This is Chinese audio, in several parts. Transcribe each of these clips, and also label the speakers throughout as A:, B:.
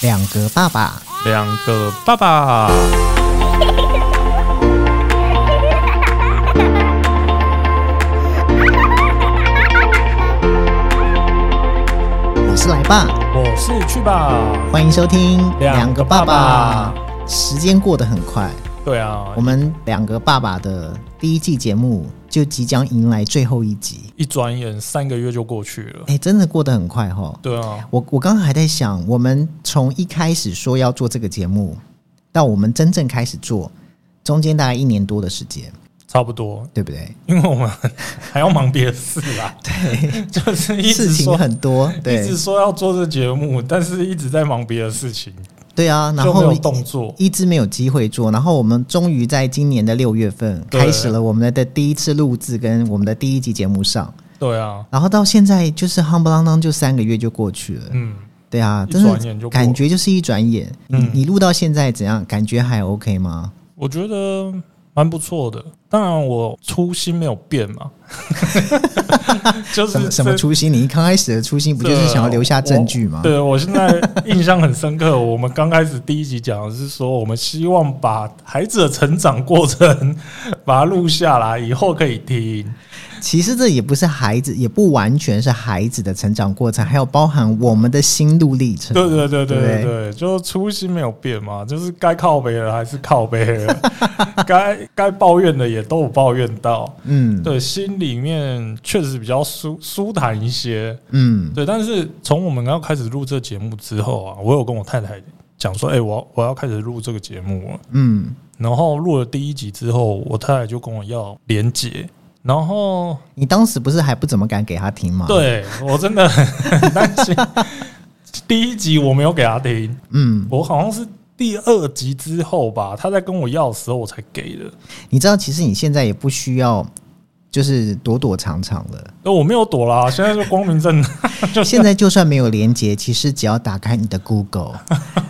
A: 两个爸爸，
B: 两个爸爸。
A: 我是来爸，
B: 我是去吧。
A: 欢迎收听
B: 两个爸爸
A: 时间过得很快，
B: 对啊
A: 我，们两个爸爸的第一季节目就即将迎来最后一集。
B: 一转眼三个月就过去了。
A: 哎，真的过得很快哈、哦。
B: 对啊，
A: 我我刚刚还在想，我们从一开始说要做这个节目，到我们真正开始做，中间大概一年多的时间，
B: 差不多，
A: 对不对？
B: 因为我们还要忙别的事 啦。对， 就是一
A: 事
B: 直
A: 情
B: 说
A: 很多，
B: 一
A: 对
B: 直说要做这节目，但是一直在忙别的事情，
A: 对啊，然
B: 就没
A: 后
B: 有动作。
A: 一直没有机会做，然后我们终于在今年的六月份
B: 对
A: 开始了我们的第一次录制跟我们的第一集节目上，
B: 对啊，
A: 然后到现在就是夯不啷当就三个月就过去了，
B: 嗯，
A: 对啊，
B: 一
A: 真
B: 转眼
A: 的
B: 就过
A: 感觉就是一转眼，
B: 嗯
A: 你你录到现在怎样？感觉还 OK 吗？
B: 我觉得蛮不错的。当然，我初心没有变 嘛， 就是
A: 什么什么
B: 这
A: 初心？你一刚开始的初心不就是想要留下证据吗？
B: 这我对，我现在印象很深刻。我们刚开始第一集讲的是说，我们希望把孩子的成长过程把它录下来，以后可以 听。
A: 其实这也不是孩子，也不完全是孩子的成长过程，还有包含我们的心路历程。
B: 对对对对
A: 对
B: 对对，就初心没有变嘛，就是该靠背了还是靠背了，该该抱怨的也都有抱怨到。
A: 嗯
B: 对，心里面确实比较舒舒坦一些。
A: 嗯，
B: 对，但是从我们要开始录这节目之后啊，我有跟我太太讲说，哎、我要我要开始录这个节目了。
A: 嗯，
B: 然后录了第一集之后，我太太就跟我要连结，然后
A: 你当时不是还不怎么敢给他听吗？，
B: 对
A: 啊
B: 我真的很担心。 第一集我没有给她听，
A: 嗯，
B: 我好像是第二集之后吧，她在跟我要的时候我才给的。
A: 你知道，其实你现在也不需要，就是躲躲藏藏了。
B: 呃，我没有躲啦，现在就光 明正大。
A: 现在就算没有连接，其实只要打开你的 Google，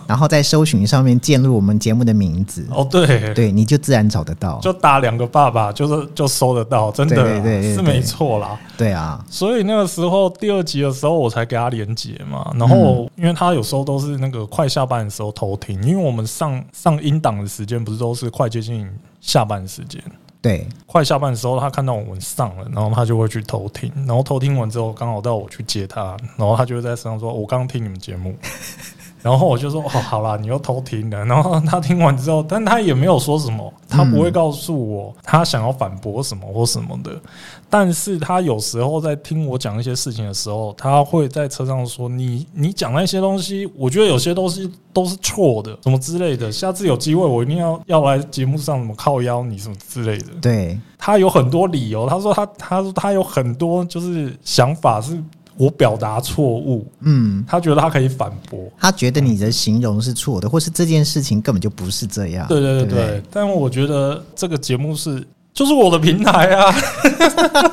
A: 然后在搜寻上面键入我们节目的名字，
B: 哦，对，
A: 对，你就自然找得到。
B: 就打两个爸爸，就是就收得到，真的啦
A: 对对对对
B: 是没错啦。
A: 对啊，
B: 所以那个时候第二集的时候，我才给他连接嘛。然后因为他有时候都是那个快下班的时候偷听，因为我们上上音档的时间不是都是快接近下班的时间，
A: 对，
B: 快下班的时候他看到我们上了，然后他就会去偷听，然后偷听完之后刚好到我去接他，然后他就会在身上说：“我刚听你们节目。” 然后我就说：“哦，好啦，你又偷听了。”然后他听完之后，但他也没有说什么，他不会告诉我他想要反驳什么或什么的。但是他有时候在听我讲一些事情的时候，他会在车上说：“你你讲那些东西，我觉得有些东西都是错的，什么之类的。下次有机会我一定要要来节目上什么靠邀你什么之类的。”
A: 对，
B: 他有很多理由，他说他他说他有很多就是想法是我表达错误，
A: 嗯。
B: 他觉得他可以反驳。
A: 他觉得你的形容是错的，或是这件事情根本就不是这样。
B: 对对对
A: 不
B: 对，但我觉得这个节目是就是我的平台啊，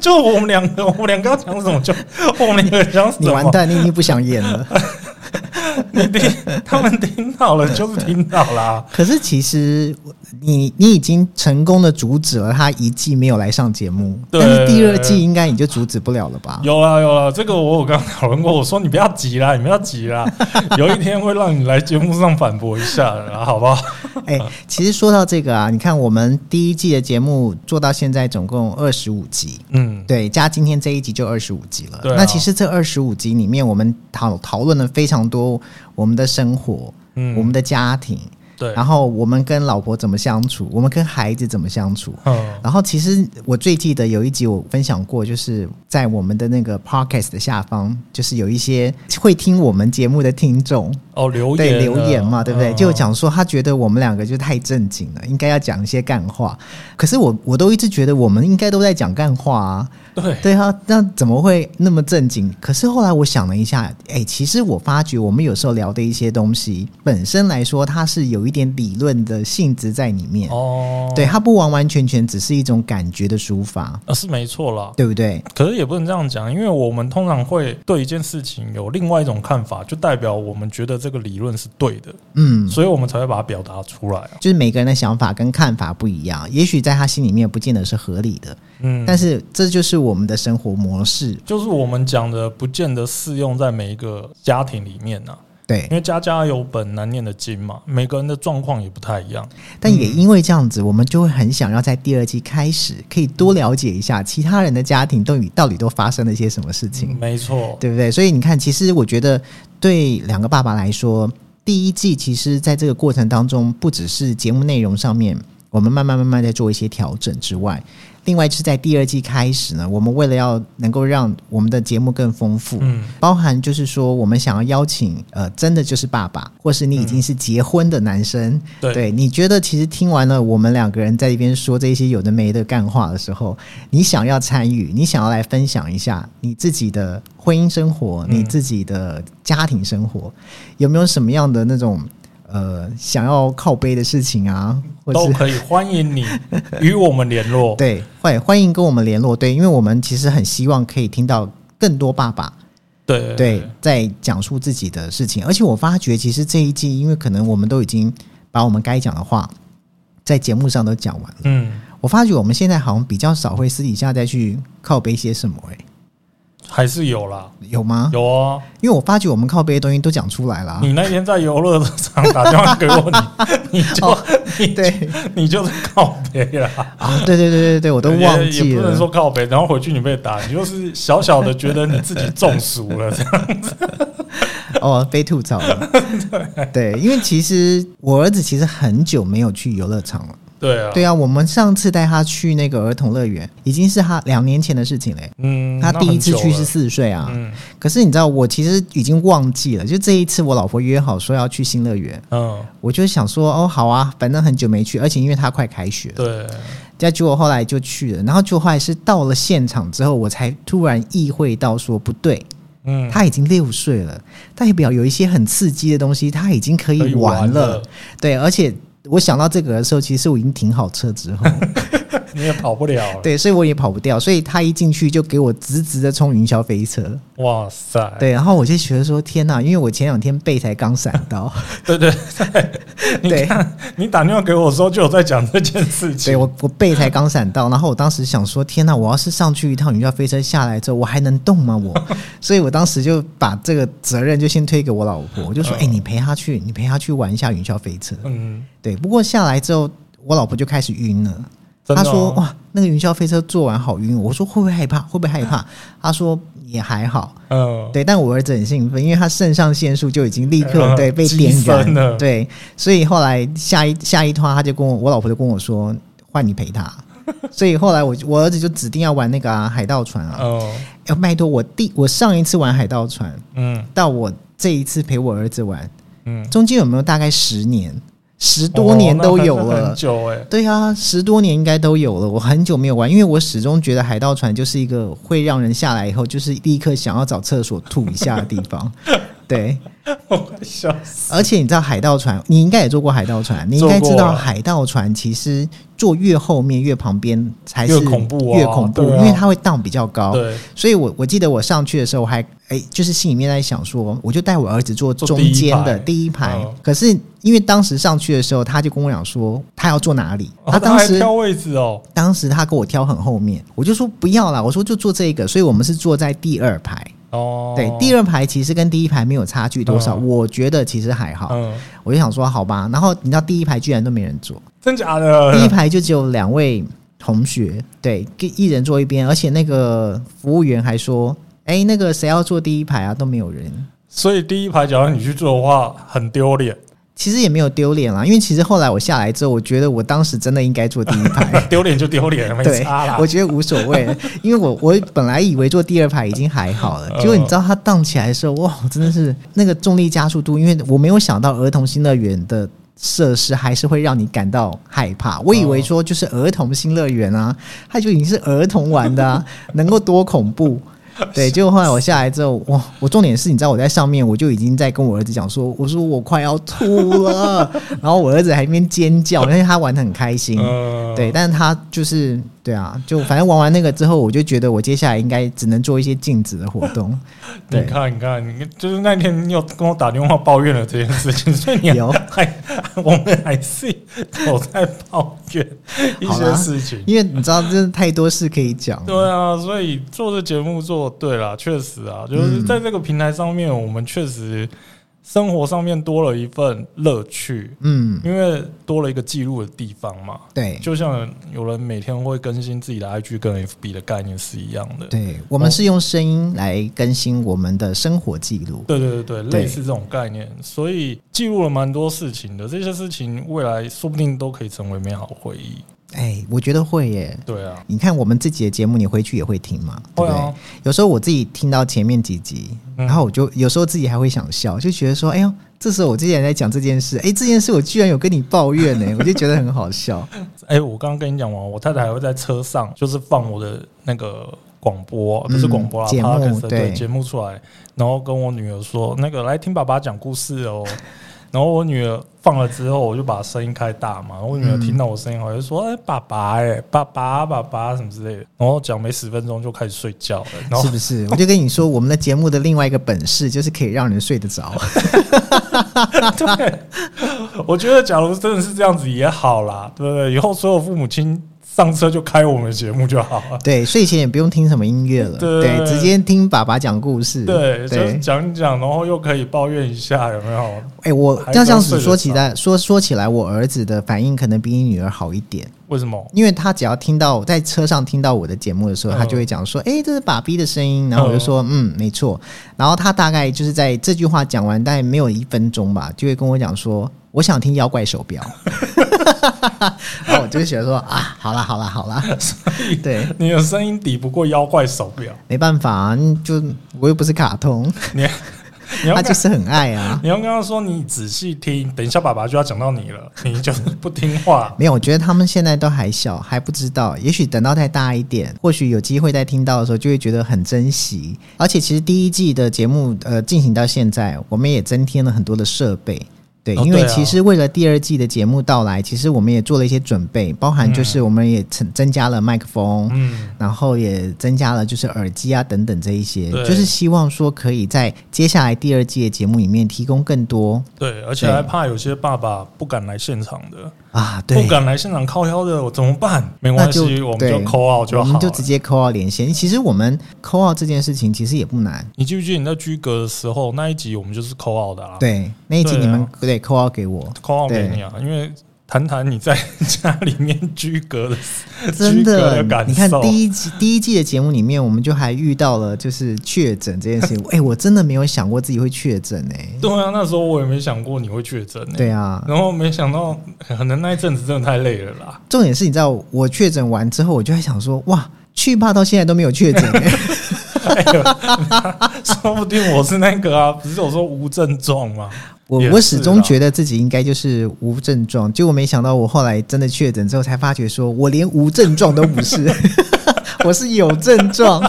B: 就我们两个，我们两个要讲什么就我们两个讲什
A: 你完
B: 么，
A: 蛋，你已经不想演了。
B: 你听他们听到了啊就是听到啦。
A: 可是其实你你已经成功的阻止了他一季没有来上节目，
B: 对
A: 但是第二季应该你就阻止不了了吧？
B: 有啦有啦，这个我有跟他讨论过，我说你不要急啦，你不要急 啦，有一天会让你来节目上反驳一下的啦，好不好？
A: 哎、其实说到这个啊，你看我们第一季的节目做到现在总共二十五集，
B: 嗯，
A: 对，加今天这一集就二十五集了。
B: 对啊
A: 那其实这二十五集里面，我们讨讨论了非常多我们的生活，
B: 嗯
A: 我们的家庭，
B: 对，
A: 然后我们跟老婆怎么相处，我们跟孩子怎么相处。
B: 嗯
A: 然后其实我最记得有一集我分享过，就是在我们的那个 podcast 的下方，就是有一些会听我们节目的听众
B: 哦，留言
A: 对留
B: 了
A: 言嘛，对不对？
B: 嗯
A: 就讲说他觉得我们两个就太正经了，应该要讲一些干话。可是我我都一直觉得我们应该都在讲干话啊，
B: 对
A: 对啊，那怎么会那么正经？可是后来我想了一下，哎，其实我发觉我们有时候聊的一些东西，本身来说它是有一点理论的性质在里面，
B: 哦，
A: 对，它不完完全全只是一种感觉的抒发，
B: 呃是没错啦。
A: 对不对？
B: 可是也不能这样讲，因为我们通常会对一件事情有另外一种看法，就代表我们觉得这个理论是对的，
A: 嗯，
B: 所以我们才会把它表达出来啊。
A: 就是每个人的想法跟看法不一样，也许在他心里面不见得是合理的，
B: 嗯，
A: 但是这就是我们的生活模式。
B: 就是我们讲的，不见得适用在每一个家庭里面呐、啊
A: 对
B: 因，为家家有本难念的经嘛，每个人的状况也不太一样。
A: 但也因为这样子，我们就会很想要在第二季开始可以多了解一下其他人的家庭都与到底都发生了一些什么事情，
B: 没错，
A: 对不对？所以你看，其实我觉得对两个爸爸来说，第一季其实在这个过程当中，不只是节目内容上面，我们慢慢慢慢在做一些调整之外，另外是在第二季开始呢，我们为了要能够让我们的节目更丰富，
B: 嗯，
A: 包含就是说，我们想要邀请呃，真的就是爸爸，或是你已经是结婚的男生，
B: 嗯对
A: 你觉得其实听完了我们两个人在一边说这些有的没的干话的时候，你想要参与，你想要来分享一下你自己的婚姻生活，
B: 嗯
A: 你自己的家庭生活，有没有什么样的那种呃想要靠背的事情啊，或
B: 都
A: 是
B: 可以，欢迎你与我们联络。
A: 对，欢欢迎跟我们联络，对，因为我们其实很希望可以听到更多爸爸。
B: 对
A: 对，在讲述自己的事情。而且我发觉，其实这一季，因为可能我们都已经把我们该讲的话在节目上都讲完了，
B: 嗯，
A: 我发觉我们现在好像比较少会私底下再去靠背些什么、欸，
B: 还是有啦，
A: 有吗？
B: 有啊。
A: 因为我发觉我们靠背的东西都讲出来了、 啊。
B: 你那天在游乐场打电话给我， 你你就你
A: 哦对
B: 你就是靠背啦，
A: 啊，对对对对对，我都忘
B: 也
A: 记
B: 也不能
A: 了。
B: 说靠背，然后回去你被打，你就是小小的觉得你自己中暑 了，这样
A: 哦，被吐槽 了。对，因为其实我儿子其实很久没有去游乐场了。
B: 对啊，
A: 对啊，我们上次带他去那个儿童乐园，已经是他两年前的事情欸嘞、
B: 嗯，
A: 他
B: 那
A: 第一
B: 很
A: 次
B: 久
A: 去
B: 了
A: 是四岁啊，
B: 嗯
A: 可是你知道，我其实已经忘记了，就这一次我老婆约好说要去新乐园，
B: 嗯，
A: 我就想说哦好啊，反正很久没去，而且因为她快开学了，
B: 对，
A: 再结果后来就去了，然后就后来是到了现场之后，我才突然意会到说不对，
B: 嗯，
A: 她已经六岁了，代表有一些很刺激的东西她已经可
B: 可
A: 以
B: 以
A: 玩
B: 玩
A: 了，，对，而且。我想到这个的时候，其实我已经停好车之 后，
B: 你也跑不了了，
A: 对，所以我也跑不掉，所以她一进去就给我直直的冲云霄飞车，
B: 哇塞，
A: 对，然后我就觉得说天呐，因为我前两天背才刚闪 到，
B: 对对对，你
A: 对
B: 看你打电话给我的时候就有在讲这件事情，
A: 对我我背才刚闪到，然后我当时想说天呐，我要是上去一趟云霄飞车下来之后，我还能动 吗？我，所以我当时就把这个责任就先推给我老婆， 我就
B: 哦
A: 说，哎、你陪她去，你陪她去玩一下云霄飞车。
B: 嗯，
A: 对，不过下来之后，我老婆就开始晕了。
B: 真
A: 他
B: 的
A: 说：“
B: 哦，
A: 哇，那个云霄飞车坐完好晕。”我说：“会不会害怕？会不会害怕？”他说：“也还好。”
B: 嗯，
A: 对，但我儿子很兴奋，因为他肾上腺素就已经立刻
B: 嗯
A: 对被
B: 激
A: 点燃
B: 增了
A: 对，所以后来下一下一趟他就跟我我老婆就跟我说换你陪 他，所以后来我我儿子就指定要玩那个啊海盗船啊，
B: 嗯
A: 要、拜托我第我上一次玩海盗船
B: 嗯
A: 到我这一次陪我儿子玩，
B: 嗯，
A: 中间有没有大概十年十多年
B: 哦
A: 都有
B: 那还是
A: 了？
B: 很久哎，
A: 对啊，十多年应该都有了。我很久没有玩，因为我始终觉得海盗船就是一个会让人下来以后就是立刻想要找厕所吐一下的地 方。对，
B: 我快笑死，
A: 而且你知道海盗船，你应该也坐过海盗船，你应该知
B: 坐过
A: 道
B: 啊
A: 海盗船其实坐越后面越旁边才是
B: 越恐怖啊
A: 越恐怖，
B: 对啊
A: 因为它会荡比较高。
B: 对，
A: 所以我我记得我上去的时候，我还哎，就是心里面在想说，我就带我儿子坐
B: 坐
A: 中
B: 第一
A: 间的
B: 排
A: 第一排。
B: 嗯
A: 可是因为当时上去的时候，他就跟我讲说他要坐哪里，
B: 哦
A: 他当
B: 还
A: 时
B: 挑位置哦，
A: 当时他给我挑很后面，我就说不要啦，我说就坐这个，所以我们是坐在第二排。
B: 哦，
A: 对，第二排其实跟第一排没有差距多少，
B: 嗯
A: 我觉得其实还好。
B: 嗯，
A: 我就想说好吧，然后你知道第一排居然都没人坐，
B: 真假的，
A: 第一排就只有两位同学，对，一一人坐一边，而且那个服务员还说。哎，那个谁要坐第一排啊？都没有人，
B: 所以第一排假如你去做的话，很 丢脸，
A: 其实也没有丢脸啦，因为其实后来我下来之后，我觉得我当时真的应该坐第一排，
B: 丢脸就丢脸，没
A: 对
B: 差啦，，
A: 我觉得无所谓，因为我我本来以为坐第二排已经还好了，
B: 嗯
A: 结果你知道它荡起来的时候，哇，我真的是那个重力加速度，因为我没有想到儿童新乐园的。设施还是会让你感到害怕。我以为说就是儿童新乐园啊，它就已经是儿童玩的啊，能够多恐怖？对，结果后来我下来之后，哇！我重点是，你知道我在上面，我就已经在跟我儿子讲说，我说我快要吐了，然后我儿子还一边尖叫，因为他玩的很开心。
B: 嗯，
A: 对，但是他就是对啊，就反正玩完那个之后，我就觉得我接下来应该只能做一些禁止的活 动。
B: 你
A: 对，
B: 看，你看，你就是那天你有跟我打电话抱怨了这件事情，所以你
A: 有
B: 还 我们还是有在抱怨一
A: 好
B: 些
A: 啦
B: 事情。
A: 因为你知道，真的太多事可以讲。
B: 对啊，所以
A: 嗯
B: 做这节目做对啦，确实啊，就是在这个平台上面，我们确实生活上面多了一份乐趣，
A: 嗯，
B: 因为多了一个记录的地方嘛。
A: 对
B: 就像有人每天会更新自己的 IG 跟 FB 的概念是一样的。
A: 对，我们是用声音来更新我们的生活记录。
B: 对对对对，
A: 对
B: 类似这种概念，所以记录了蛮多事情的。这些事情未来说不定都可以成为美好回忆。
A: 哎，我觉得会耶。
B: 对啊，
A: 你看我们自己的节目，你回去也会听嘛，对
B: 会
A: 不对？
B: 啊，
A: 有时候我自己听到前面几集，
B: 嗯
A: 然后我就有时候自己还会想笑，就觉得说，哎呦，这时候我之前在讲这件事，哎，这件事我居然有跟你抱怨呢，我就觉得很好笑。
B: 哎、我刚刚跟你讲完，我太太还会在车上，就是放我的那个广播，不是
A: 嗯
B: 广播啦
A: 节目
B: p o d c a s
A: 对
B: 对节目出来，然后跟我女儿说，那个来听爸爸讲故事哦。 然后我女儿放了之后，我就把声音开大嘛，我
A: 嗯
B: 女儿听到我声音，好像说：“哎、爸爸、哎，爸爸，爸爸，什么之类的。”然后讲没十分钟就开始睡觉了，然后
A: 是不是？我就跟你说，我们的节目的另外一个本事就是可以让人睡得 着。
B: 对，我觉得假如真的是这样子也好啦，对不对？以后所有父母亲上车就开我们的节目就好了。
A: 对，睡前也不用听什么音乐了，
B: 对
A: 直接听爸爸讲故事。
B: 对，就
A: 对，
B: 讲一讲，然后又可以抱怨一下，有没有？
A: 哎，我
B: 还
A: 要这样
B: 是
A: 子
B: 要睡得
A: 说起来，说说起来，我儿子的反应可能比你女儿好一点，
B: 为什么？
A: 因为他只要听到在车上听到我的节目的时候，
B: 嗯
A: 他就会讲说：“哎、这是爸比的声音。”然后我就说：“嗯，没错。”然后他大概就是在这句话讲完，大概没有一分钟吧，就会跟我讲说：“我想听妖怪手表。” 然后我就觉得说：“啊，好啦，好啦，好啦。”对，
B: 你的声音抵不过妖怪手表，
A: 没办法、啊，就我又不是卡通，
B: 你你要
A: 他
B: 跟
A: 就是很爱啊。
B: 你要跟他说，你仔细听，等一下爸爸就要讲到你了， 你就是不听话。
A: 没有，我觉得他们现在都还小，还不知道。也许等到再大一点，或许有机会再听到的时候，就会觉得很珍惜。而且，其实第一季的节目，呃，进行到现在，我们也增添了很多的设备。对，
B: 哦
A: 因为
B: 对啊
A: 其实为了第二季的节目到来，其实我们也做了一些准备，包含就是我们也增增加了麦克风，
B: 嗯，
A: 然后也增加了就是耳机啊等等这一些，
B: 对
A: 就是希望说可以在接下来第二季的节目里面提供更多
B: 对，而且还怕有些爸爸不敢来现场的，
A: 啊，对，
B: 不敢来现场靠腰的，我怎么办？ 没关系，我们就
A: 对
B: call out 哦就
A: 我
B: 好
A: 们
B: 了。
A: 就直接扣号连线。其实我们扣号这件事情其实也不难，
B: 你记不记得你在居格的时候那一集我们就是 call out 的啊？
A: 对那一集
B: 对啊
A: 你们对扣号给我，
B: ，call out
A: 对
B: 给你啊，因为谈谈你在 家里面居格的
A: 真
B: 居格的
A: 的，
B: 感
A: 你看
B: 受
A: 第一集第一季的节目里面，我们就还遇到了就是确诊这件事情， 哎、我真的没有想过自己会确诊哎，
B: 对啊，那时候我也没想过你会确诊、欸，、
A: 对啊，
B: 然后没想到，可能那一阵子真的太累了啦。
A: 重点是你知道我确诊完之后，我就在想说哇。去吧，到现在都没有确诊、 哎
B: 哎呦说不定我是那个啊，不是有说无症状吗？
A: 我
B: 也是啦啊
A: 我始终觉得自己应该就是无症状，结果没想到我后来真的确诊之后，才发觉说我连无症状都不是， 我是有症状。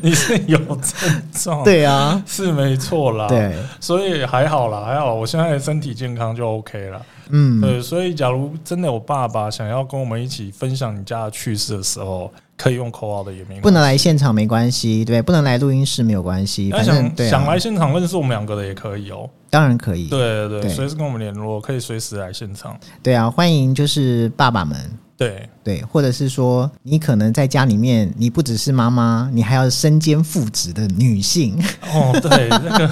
B: 你是有症状，，
A: 对啊，
B: 是没错啦。，
A: 对，
B: 所以还好啦，还好，我现在身体健康就 OK 了。
A: 嗯，
B: 对，所以假如真的有爸爸想要跟我们一起分享你家的趣事的时候，可以用口号的也没
A: 不
B: 关系。
A: 能来现场没关系，对，不能来录音室没有关系，
B: 那
A: 反正
B: 想
A: 对、
B: 想
A: 啊，
B: 来现场认识我们两个的也可以哦。
A: 当然可以，
B: 对对
A: 对
B: 对，随时跟我们联络，可以随时来现场。
A: 对啊，欢迎就是爸爸们。
B: 对，
A: 对，或者是说，你可能在家里面，你不只是妈妈，你还要身兼父职的女性。
B: 哦，对，那个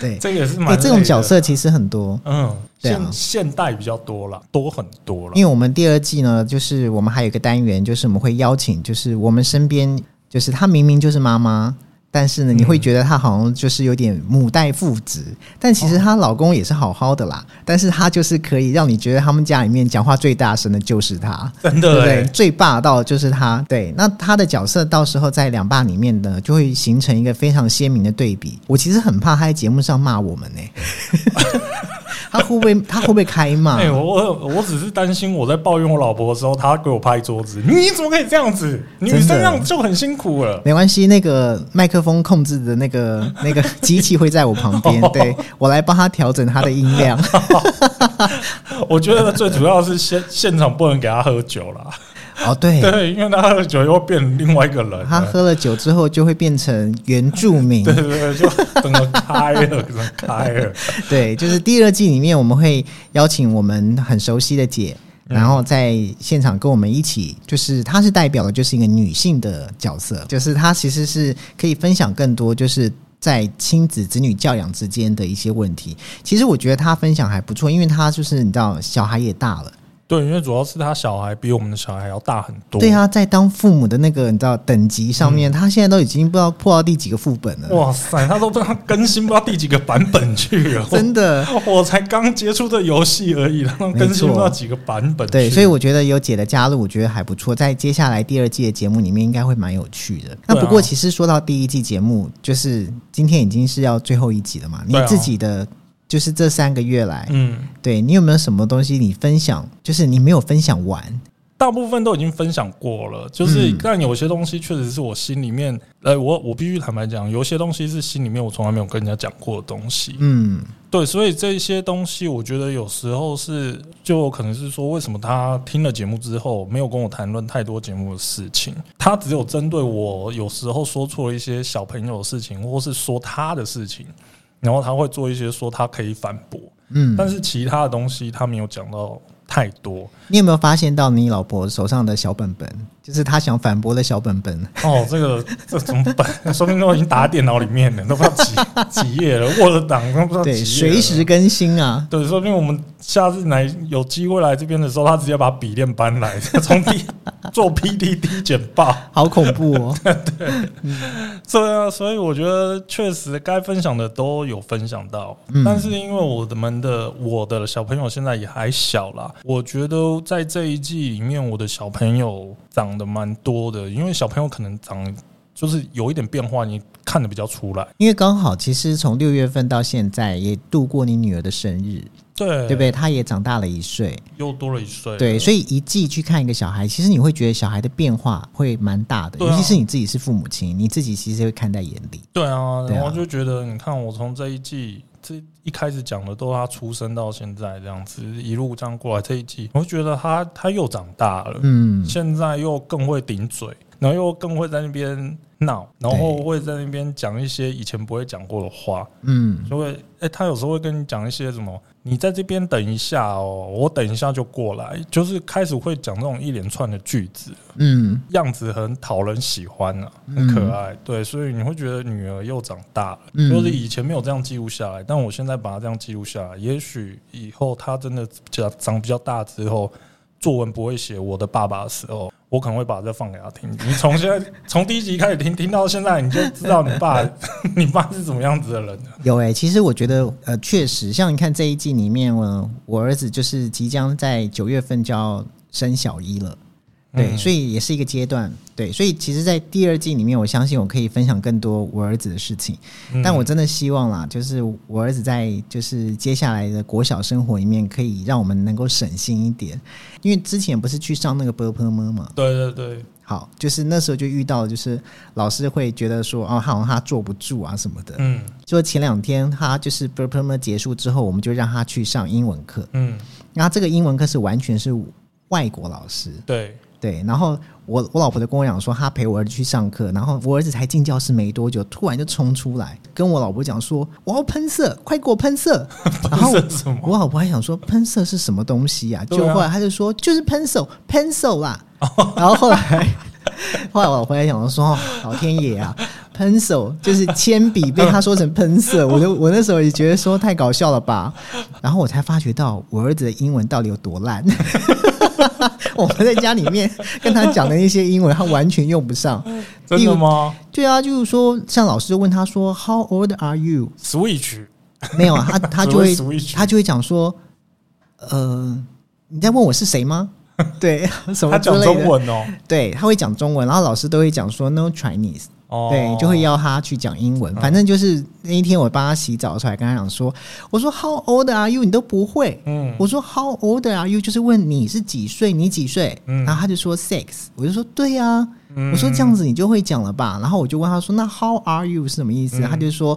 A: 对，
B: 这个也是
A: 哎、
B: 蛮
A: 这种
B: 累的
A: 角，色其实很多，
B: 嗯，
A: 对
B: 现、
A: 啊
B: 现代比较多了，多很多了。
A: 因为我们第二季呢，就是我们还有一个单元，就是我们会邀请，就是我们身边，就是她明明就是妈妈，但是呢，你会觉得她好像就是有点母带父职，但其实她老公也是好好的啦，但是她就是可以让你觉得他们家里面讲话最大声的就是她。
B: 真
A: 对
B: 的
A: 不
B: 哎、
A: 对？最霸道的就是她。对，那她的角色到时候在两霸里面呢，就会形成一个非常鲜明的对比。我其实很怕她在节目上骂我们呢、她会不会她会不会开骂？
B: 哎、我我我只是担心我在抱怨我老婆的时候，她给我拍桌子，你怎么可以这样子？女生这样子就很辛苦了。
A: 没关系，那个麦克风控制的那个 那个机器会在我旁边，对我来帮他调整他的音量。
B: 我觉得最主要是现现场不能给她喝酒啦，
A: 哦，对，
B: 对，因为她喝酒又变另外一个人了。
A: 他喝了酒之后就会变成原住民
B: 对。对对，就整个开了，整个开了。
A: 对，就是第二季里面我们会邀请我们很熟悉的姐。然后在现场跟我们一起，就是她是代表的，就是一个女性的角色，就是她其实是可以分享更多，就是在亲子子女教养之间的一些问题。其实我觉得他分享还不错，因为他就是你知道，小孩也大了，
B: 对，因为主要是他小孩比我们的小孩要大很多。嗯
A: 对，啊，在当父母的那个你知道等级上面，他现在都已经不知道破到第几个副本了，
B: 哇塞，他都不知道更新不知道第几个版本去了。
A: 真的。
B: 我我才刚接触这游戏而已，然后更新不到几个版本去。
A: 对，所以我觉得有姐的加入，我觉得还不错。在接下来第二季的节目里面，应该会蛮有趣的。那
B: 对啊
A: 不过，其实说到第一季节目，就是今天已经是要最后一集了嘛。你
B: 对啊
A: 自己的、就是这三个月来，
B: 嗯，
A: 对你有没有什么东西你分享，就是你没有分享完？
B: 大部分都已经分享过了，就是、
A: 嗯
B: 但有些东西确实是我心里面，呃，我我必须坦白讲，有些东西是心里面我从来没有跟人家讲过的东西。
A: 嗯，
B: 对，所以这些东西，我觉得有时候是，就可能是说，为什么他听了节目之后没有跟我谈论太多节目的事情，他只有针对我有时候说错了一些小朋友的事情，或是说他的事情，然后他会做一些说他可以反驳，
A: 嗯，
B: 但是其他的东西他没有讲到太多。
A: 你有没有发现到你老婆手上的小本本，就是她想反驳的小本本？
B: 哦，这个这怎么办？ 说明我已经打在电脑里面了，都不知道几 几页了，Word 档都不知道几页
A: 对，
B: 了
A: 随时更新啊。
B: 对，说不定我们下次来有机会来这边的时候，他直接把笔电搬来， 从 P 做 PPT 简报。
A: 好恐怖哦！
B: 对啊，所以我觉得确实该分享的都有分享到，
A: 嗯
B: 但是因为我们的我的小朋友现在也还小啦，我觉得在这一季里面，我的小朋友长得蛮多的，因为小朋友可能长就是有一点变化，你看得比较出来，
A: 因为刚好其实从六月份到现在，也度过你女儿的生日，
B: 对
A: 对不？对？她也长大了一岁，
B: 又多了一岁了，
A: 对，所以一季去看一个小孩，其实你会觉得小孩的变化会蛮大的，
B: 对啊
A: 尤其是你自己是父母亲，你自己其实会看在眼里。
B: 对啊，
A: 对啊
B: 然后就觉得，你看我从这一季这一开始讲的都是他出生到现在这样子，一路这样过来这一季，我就觉得他他又长大了，
A: 嗯，
B: 现在又更会顶嘴，然后又更会在那边闹，然后会在那边讲一些以前不会讲过的话，
A: 嗯，
B: 就会哎、诶他有时候会跟你讲一些什么，你在这边等一下哦，我等一下就过来，就是开始会讲这种一连串的句子。
A: 嗯，
B: 样子很讨人喜欢啊，很可爱，对，所以你会觉得女儿又长大了，
A: 嗯
B: 就是以前没有这样记录下来，但我现在把它这样记录下来，也许以后她真的长长比较大之后，作文不会写我的爸爸的时候，我可能会把这放给她听。你从现在 从第一集开始听，听到现在，你就知道你爸你爸是怎么样子的人了。
A: 有诶、其实我觉得，呃，确实，像你看这一季里面，我我儿子就是即将在九月份就要升小一了。对，
B: 嗯
A: 所以也是一个阶段。对，所以其实，在第二季里面，我相信我可以分享更多我儿子的事情。
B: 嗯
A: 但我真的希望啦，就是我儿子在就是接下来的国小生活里面，可以让我们能够省心一点，因为之前不是去上那个 b u r p e 嘛，
B: 对对对，
A: 好，就是那时候就遇到，就是老师会觉得说，哦，好像他坐不住啊什么的。
B: 嗯
A: 就前两天他就是 b u r p e 结束之后，我们就让他去上英文课，
B: 嗯，
A: 然后这个英文课是完全是外国老师，
B: 对，
A: 对，然后我我老婆就跟我讲说，她陪我儿子去上课，然后我儿子才进教室没多久，突然就冲出来跟我老婆讲说，我要喷射，快给我喷射！然后
B: 这 是什么？
A: 我老婆还想说喷射是什么东西呀、
B: 对
A: 就
B: 啊
A: 后来她就说就是喷手，喷手啦。 然后后来后来我老婆还想说，哦、老天爷啊，喷手就是铅笔被她说成喷射，我就我那时候也觉得说太搞笑了吧。然后我才发觉到我儿子的英文到底有多烂。 我们在家里面跟他讲的一些英文，他完全用不上。
B: 真的吗
A: 对啊，就是说，像老师问他说 “How old are you？”
B: ？Switch
A: 没有，啊，他他就会
B: 只会 switch
A: 他就会讲说，呃，你在问我是谁吗？ 对，什么
B: 他
A: 之
B: 讲
A: 类
B: 中
A: 的。
B: 文哦，
A: 对，他会讲中文，然后老师都会讲说 “no Chinese”，、
B: 哦，嗯
A: 对，就会要他去讲英文。反正就是那一天我帮他洗澡的时候，还跟他讲说，我说 “How old are you？” 你都不会。
B: 嗯
A: 我说 “How old are you？” 就是问你是几岁，你几岁？
B: 嗯
A: 然后他就说 “six”，我就说对呀、
B: 嗯
A: 我说这样子你就会讲了吧？然后我就问他说：“那 How are you 是什么意思？”
B: 嗯
A: 他就说：“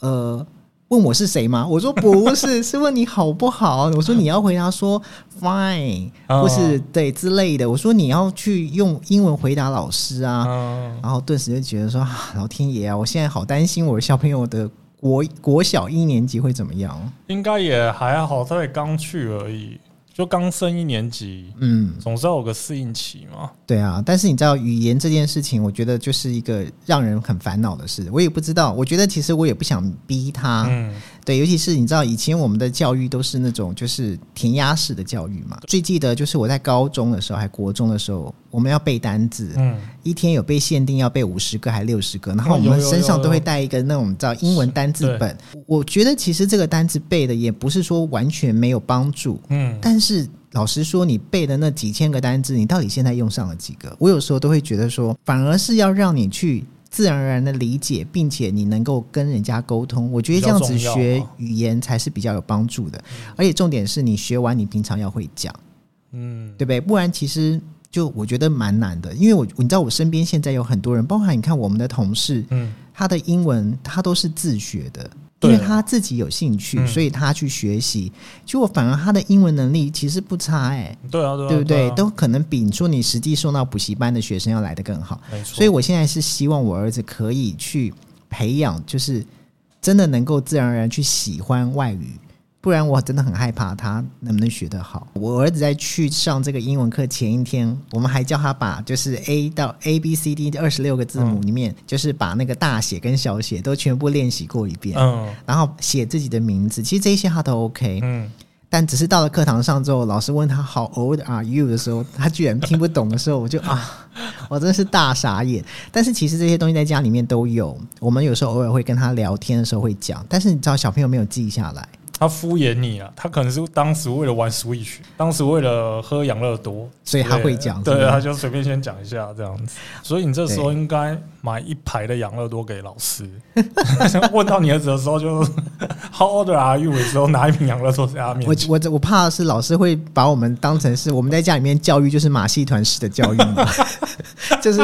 A: 呃，问我是谁吗？”我说：“不 是，是问你好不好。”我说：“你要回答说 fine
B: 哦
A: 或是对之类的。”我说：“你要去用英文回答老师啊。
B: 嗯，
A: 然后顿时就觉得说：“啊老天爷啊，我现在好担心我的小朋友的国国小一年级会怎么样
B: 应该也还好，他也刚去而已。就刚升一年级，
A: 嗯，
B: 总是要有个适应期嘛。
A: 对啊，但是你知道语言这件事情，我觉得就是一个让人很烦恼的事。我也不知道，我觉得其实我也不想逼他。
B: 嗯，
A: 对，尤其是你知道以前我们的教育都是那种就是填鸭式的教育嘛。最记得就是我在高中的时候，还国中的时候，我们要背单字，
B: 嗯，
A: 一天有被限定要背五十个还六十个，然后
B: 哦
A: 我
B: 有
A: 们
B: 有
A: 身上
B: 有
A: 都会
B: 有
A: 带一个那种叫英文单字本。我觉得其实这个单字背的也不是说完全没有帮助，
B: 嗯，
A: 但是老实说，你背的那几千个单字，你到底现在用上了几个？我有时候都会觉得说，反而是要让你去自然而然的理解，并且你能够跟人家沟通。我觉得这样子
B: 比较重要
A: 学
B: 嘛
A: 语言才是比较有帮助的，而且重点是你学完，你平常要会讲。
B: 嗯，
A: 对不对？不然其实就我觉得蛮难的，因为我你知道我身边现在有很多人，包含你看我们的同事，
B: 嗯，
A: 他的英文他都是自学的。因
B: 对
A: 为
B: 啊
A: 他自己有兴趣，
B: 嗯
A: 所以他去学习，结果反而他的英文能力其实不差哎、
B: 对啊，对啊，
A: 对不对？
B: 啊
A: 都可能比你说你实际送到补习班的学生要来的更好。
B: 没错。
A: 所以我现在是希望我儿子可以去培养，就是真的能够自然而然去喜欢外语，不然我真的很害怕他能不能学得好。我儿子在去上这个英文课前一天，我们还叫他把就是 A 到 A B C D 二十六个字母
B: 嗯
A: 里面，就是把那个大写跟小写都全部练习过一遍。
B: 嗯
A: 然后写自己的名字，其实这些他都 OK，、
B: 嗯，
A: 但只是到了课堂上之后，老师问他 “How old are you” 的时候，他居然听不懂的时候，我就啊， 我真的是大傻眼。但是其实这些东西在家里面都有，我们有时候偶尔会跟他聊天的时候会讲，但是你知道小朋友没有记下来，
B: 他敷衍你啊，他可能是当时为了玩 Switch，当时为了喝养乐多，
A: 所以他会讲
B: 对，
A: 是
B: 对
A: 吗
B: 他就随便先讲一下这样子。所以你这时候应该买一排的养乐多给老师。 问到你儿子的时候就， 是 How old are you 的时候，拿一瓶养乐多在他面
A: 我
B: 前。
A: 我我怕是老师会把我们当成是我们在家里面教育就是马戏团式的教育嘛，就是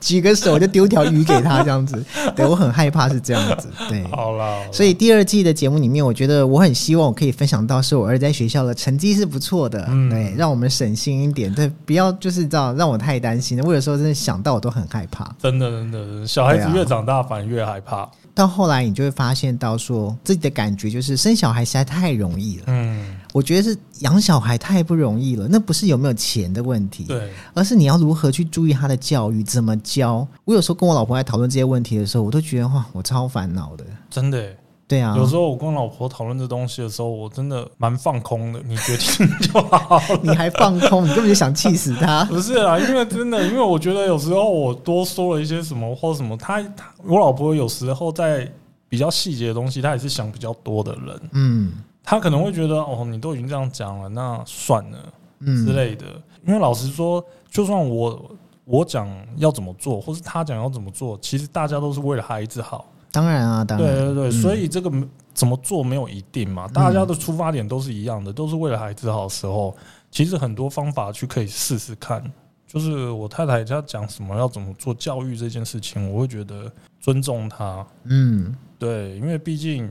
A: 举个手就丢条鱼给他这样子，对我很害怕是这样子，对。
B: 好啦，好啦
A: 所以第二季的节目里面，我觉得我很希望我可以分享到，是我儿子在学校的成绩是不错的，
B: 嗯
A: 对，让我们省心一点，对，不要就是这样让我太担心了。我有时候真的想到我都很害怕。
B: 真的真的真的，小孩子
A: 对啊
B: 越长大反而越害怕。
A: 到后来你就会发现到说，自己的感觉就是生小孩实在太容易了，
B: 嗯，
A: 我觉得是养小孩太不容易了，那不是有没有钱的问题，
B: 对，
A: 而是你要如何去注意他的教育，怎么教。我有时候跟我老婆在讨论这些问题的时候，我都觉得哇，我超烦恼的。
B: 真的欸、
A: 对啊，
B: 有时候我跟我老婆讨论这东西的时候，我真的蛮放空的。你决定就好了。
A: 你还放空，你根本就想气死他。
B: 不是啊，因为真的，因为我觉得有时候我多说了一些什么或什么，她她我老婆有时候在比较细节的东西，她也是想比较多的人，
A: 嗯
B: 她可能会觉得哦，你都已经这样讲了，那算了
A: 嗯
B: 之类的。因为老实说，就算我我讲要怎么做，或是她讲要怎么做，其实大家都是为了孩子好。
A: 当然啊，当然，
B: 对对对，
A: 嗯
B: 所以这个没怎么做没有一定嘛，大家的出发点都是一样的，都是为了孩子好的时候，其实很多方法去可以试试看。就是我太太她讲什么要怎么做教育这件事情，我会觉得尊重她。
A: 嗯
B: 对，因为毕竟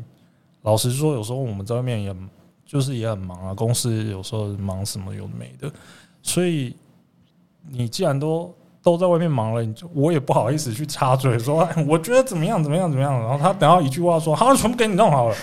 B: 老实说，有时候我们在外面也就是也很忙啊，公司有时候忙什么有的没的，所以你既然都都在外面忙了，你就我也不好意思去插嘴说，哎，我觉得怎么样怎么样怎么样，然后他等到一句话说，好，全部给你弄好了。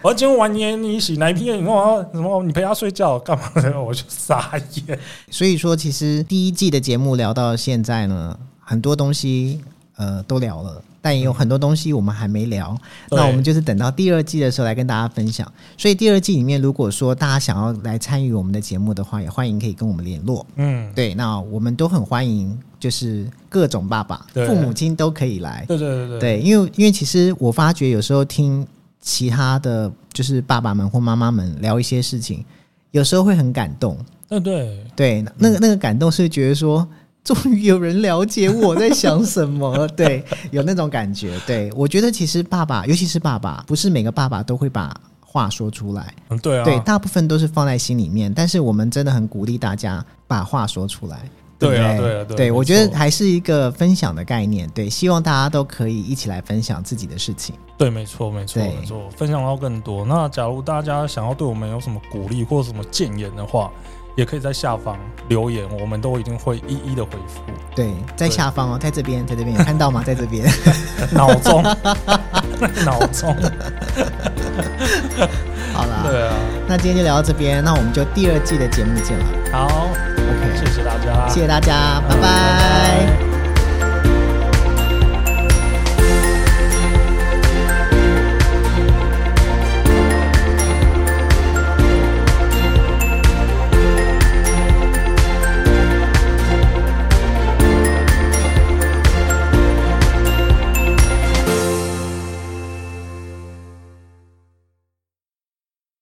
B: 我要今天晚你也你洗哪一批也你弄好，什么你陪他睡觉干嘛的？ 我就傻眼。
A: 所以说，其实第一季的节目聊到现在呢，很多东西呃都聊了，但也有很多东西我们还没聊。
B: 对
A: 那我们就是等到第二季的时候来跟大家分享。所以第二季里面，如果说大家想要来参与我们的节目的话，也欢迎可以跟我们联络。
B: 嗯，
A: 对，那我们都很欢迎，就是各种爸爸、
B: 对
A: 父母亲都可以来。
B: 对对对对，
A: 对，因为因为其实我发觉有时候听其他的就是爸爸们或妈妈们聊一些事情，有时候会很感动。
B: 对对
A: 对，那个那个感动是觉得说，终于有人了解我在想什么，对，有那种感觉。对我觉得其实爸爸，尤其是爸爸，不是每个爸爸都会把话说出来，
B: 嗯对啊，
A: 对，大部分都是放在心里面。但是我们真的很鼓励大家把话说出来。
B: 对啊
A: 不
B: 对啊对啊
A: 对，
B: 没
A: 我觉得
B: 错
A: 还是一个分享的概念，对，希望大家都可以一起来分享自己的事情。
B: 对，没错，没错，
A: 对
B: 没错，分享到更多。那假如大家想要对我们有什么鼓励或什么建言的话，也可以在下方留言，我们都一定会一一的回复。
A: 对，在
B: 对
A: 下方哦，在这边，在这边有看到吗？在这 边。
B: 脑 中，脑中，
A: 好啦，
B: 对啊，
A: 那今天就聊到这边，那我们就第二季的节目见了。
B: 好，
A: OK，
B: 谢谢大家，
A: 谢谢大家，拜拜